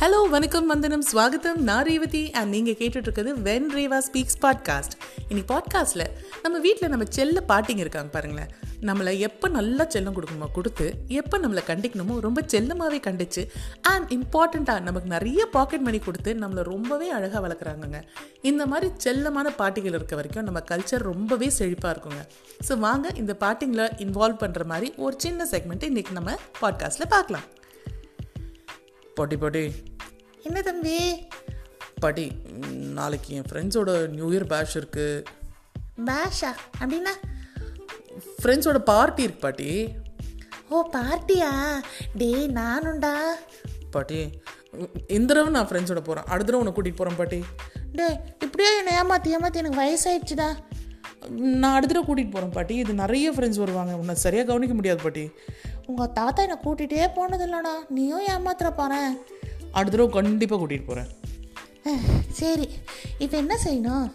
hello வணக்கம் வந்தனம் ஸ்வாகத்தம் நான் ரேவதி அண்ட் நீங்கள் கேட்டுட்டு இருக்கிறது வென் ரேவா ஸ்பீக்ஸ் பாட்காஸ்ட் இன்னைக்கு பாட்காஸ்ட்டில் நம்ம வீட்டில் நம்ம செல்ல பாட்டிங்க இருக்காங்க பாருங்களேன் நம்மளை எப்போ நல்லா செல்லம் கொடுக்கணுமோ கொடுத்து எப்போ நம்மளை கண்டிக்கணுமோ ரொம்ப செல்லமாகவே கண்டிச்சு அண்ட் இம்பார்ட்டண்ட்டாக நமக்கு நிறைய பாக்கெட் மணி கொடுத்து நம்மளை ரொம்பவே அழகாக வளர்க்குறாங்கங்க இந்த மாதிரி செல்லமான பாட்டிகள் இருக்க வரைக்கும் நம்ம கல்ச்சர் ரொம்பவே செழிப்பாக இருக்குங்க ஸோ வாங்க இந்த பாட்டிங்களை இன்வால்வ் பண்ணுற மாதிரி ஒரு சின்ன செக்மெண்ட் இன்னைக்கு நம்ம பாட்காஸ்ட்டில் பார்க்கலாம் பாட்டி பாட்டி என்ன தம்பி பாட்டி ம், நாளைக்கு என் ஃப்ரெண்ட்ஸோட நியூ இயர் பேஷ் இருக்குது பாஷா அப்படின்னா ஃப்ரெண்ட்ஸோட பார்ட்டி இருக்கு பாட்டி ஓ பார்ட்டியா டேய் நானும்டா பாட்டி ம், இந்த தடவை நான் ஃப்ரெண்ட்ஸோட போகிறேன் அடுத்த தடவை உன்னை கூட்டிகிட்டு போகிறேன் பாட்டி டேய் இப்படியே என்னை ஏமாற்றி ஏமாற்றி எனக்கு வயசாயிடுச்சுடா ம், நான் அடுத்த தடவை கூட்டிகிட்டு போகிறேன் பாட்டி இது நிறைய ஃப்ரெண்ட்ஸ் வருவாங்க உன்னை சரியாக கவனிக்க முடியாது பாட்டி உங்கள் தாத்தா என்னை கூட்டிகிட்டே போனதில்லடா நீயும் ஏமாத்துற பாறேன் அடுத்த தடவை கண்டிப்பாக கூட்டிகிட்டு போகிறேன் அஹ், சரி இப்போ என்ன செய்யணும்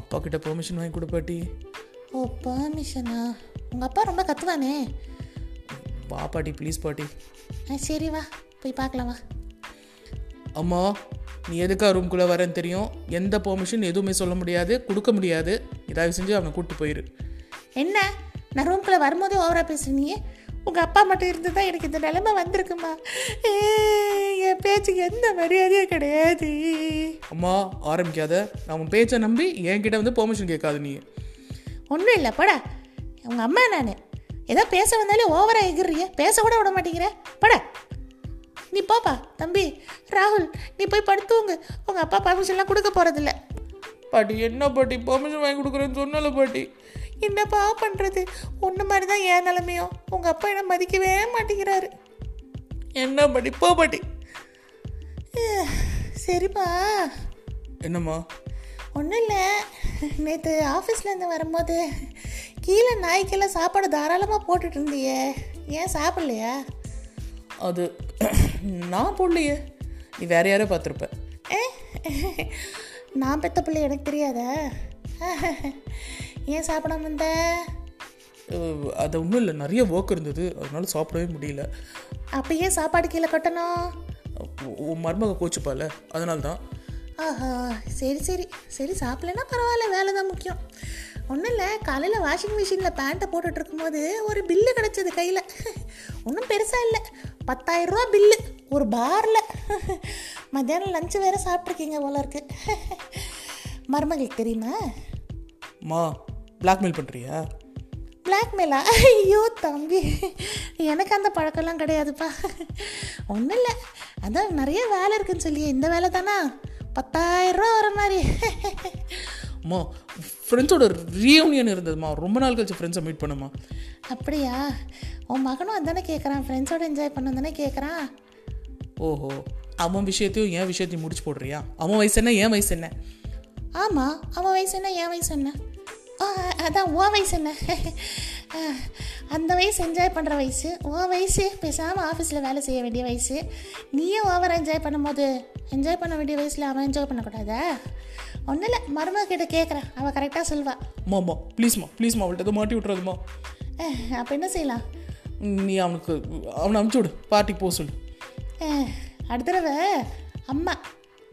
அப்பா கிட்ட பெர்மிஷன் வாங்கி கொடு பாட்டி ஓ பர்மிஷனா உங்கள் அப்பா ரொம்ப கத்துவானே வா பாட்டி ப்ளீஸ் பாட்டி ஆ சரி வா போய் பார்க்கலாம் வா அம்மா நீ எதுக்கா ரூம்குள்ளே வரேன்னு தெரியும் எந்த பெர்மிஷன் எதுவுமே சொல்ல முடியாது கொடுக்க முடியாது தயவு செஞ்சு அவனை கூப்பிட்டு போயிரு என்ன நான் ரூம்குள்ளே வரும்போதே ஓவராக பேசுனியே உங்கள் அப்பா மட்டும் இருந்து தான் எனக்கு இந்த நிலைமை வந்திருக்குமா ஏ, என் பேச்சுக்கு எந்த மரியாதையும் கிடையாது அம்மா ஆரம்பிக்காத அவன் பேச்சை நம்பி என்கிட்ட வந்து பெர்மிஷன் கேட்காது நீ ஒன்றும் இல்லை போடா உங்கள் அம்மா நான் ஏதோ பேச வந்தாலே ஓவராக எகிறிய பேச கூட விட மாட்டேங்கிற போடா நீ போப்பா தம்பி ராகுல் நீ போய் படுத்துவங்க உங்கள் அப்பா பர்மிஷன்லாம் கொடுக்க போகிறதில்ல பாட்டி என்ன பாட்டி பெர்மிஷன் வாங்கி கொடுக்குறேன்னு சொன்னல பாட்டி என்னப்பா பண்ணுறது ஒன்று மாதிரி தான் என் நிலமையும் உங்கள் அப்பா என்னை மதிக்கவே மாட்டேங்கிறாரு என்ன பாட்டி போ பாட்டி அஹ், சரிப்பா என்னம்மா ஒன்றும் இல்லை நேற்று ஆஃபீஸ்லேருந்து வரும்போது கீழே நாய்க்கெல்லாம் சாப்பாடு தாராளமாக போட்டுட்டு இருந்தியே ஏன் சாப்பிட்லையா அது நான் போடலையே நீ வேற யாரோ பார்த்துருப்ப ஏ நான் பெத்த பிள்ளை எனக்கு தெரியாதா ஏன் சாப்பிடாம இருந்த அஹ், அது ஒன்றும் இல்லை நிறைய ஒர்க் இருந்தது அதனால சாப்பிடவே முடியல அப்போ ஏன் சாப்பாடு கீழே கொட்டணும் உ- உன் மருமக கோச்சுப்பால அதனால தான் ஆஹா சரி சரி சரி சாப்பிடலன்னா பரவாயில்ல வேலை தான் முக்கியம் ஒன்றும் இல்லை காலையில் வாஷிங் மிஷினில் பேண்ட்டை போட்டுட்டு இருக்கும்போது ஒரு பில்லு கிடச்சிது கையில் ஒன்றும் பெருசாக இல்லை பத்தாயிரரூவா பில்லு ஒரு பாரில் மத்தியானம் லஞ்சு வேறு சாப்பிட்ருக்கீங்க போல இருக்கு மருமகளுக்கு தெரியுமா மா பிளாக்மெயில் பண்ணுறியா பிளாக்மெயிலா ஐயோ தம்பி எனக்கு அந்த பழக்கம்லாம் கிடையாதுப்பா ஒன்றும் இல்லை அதான் நிறைய வேலை இருக்குன்னு சொல்லியே இந்த வேலை தானா பத்தாயிரரூவா வர மாதிரி அம்மா ஃப்ரெண்ட்ஸோட ரீயூனியன் இருந்ததுமா ரொம்ப நாள் கழிச்சு ஃப்ரெண்ட்ஸை மீட் பண்ணுமா அப்படியா உன் மகனும் அதானே கேட்குறான் ஃப்ரெண்ட்ஸோட என்ஜாய் பண்ண தானே கேட்குறான் ஓஹோ அவன் விஷயத்தையும் என் விஷயத்தையும் முடிச்சு போடுறியா அவன் வயசு என்ன என் வயசு என்ன ஆமாம் அவன் வயசு என்ன என் வயசு என்ன ஆ அதான் உன் வயசு என்ன ஆ, அந்த வயசு என்ஜாய் பண்ணுற வயசு உன் வயசு பேசாமல் ஆஃபீஸில் வேலை செய்ய வேண்டிய வயசு நீயே ஓவர் என்ஜாய் பண்ணும்போது என்ஜாய் பண்ண வேண்டிய வயசில் அவன் என்ஜாய் பண்ணக்கூடாதா ஒன்றும் இல்லை மருமக கிட்ட கேட்குறேன் அவள் கரெக்டாக சொல்வா மாமா ப்ளீஸ்மா ப்ளீஸ்மா அவள்கிட்ட எதுவும் மாட்டி விட்றதுமா அஹ், அப்போ என்ன செய்யலாம் நீ அவனுக்கு அவனை அனுப்பிச்சி விடு பார்ட்டிக்கு போக சொல்லு அஹ், அடுத்த தடவை அம்மா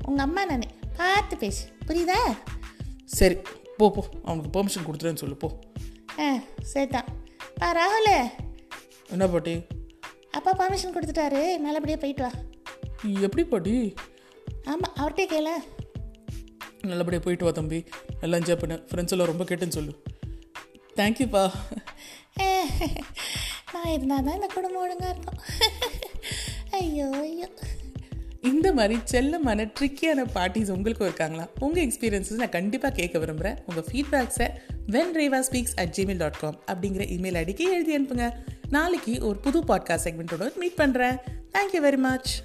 உங்கள் அம்மா நான் பார்த்து பேசு புரியுதா சரி போ போ அவனுக்கு பெர்மிஷன் கொடுத்துறேன்னு சொல்லு போ ஆ சரிதான் பா ராகுல் என்ன பாட்டி அப்பா பர்மிஷன் கொடுத்துட்டாரு நல்லபடியாக போயிட்டு வா எப்படி பாட்டி ஆமாம் அவர்கிட்ட கேள நல்லபடியாக போயிட்டு வா தம்பி நல்லா என்ஜாய் பண்ண ஃப்ரெண்ட்ஸ் எல்லாம் ரொம்ப கேட்டேன்னு சொல்லு தேங்க்யூப்பா நான் இருந்தால் தான் இந்த குடும்பம் ஒழுங்காக இருக்கும் ஐயோ ஐயோ இந்த மாதிரி செல்லமான ட்ரிக்கியான பார்ட்டிஸ் உங்களுக்கும் இருக்காங்களா உங்கள் எக்ஸ்பீரியன்ஸஸ் நான் கண்டிப்பாக கேட்க விரும்புகிறேன் உங்கள் ஃபீட்பேக்ஸை when Reva speaks at Gmail dot com அப்படிங்கிற இமெயில் ஐடிக்கு எழுதி அனுப்புங்க நாளைக்கு ஒரு புது பாட்காஸ்ட் செக்மெண்ட்டோட மீட் பண்ணுறேன் தேங்க்யூ வெரி மச்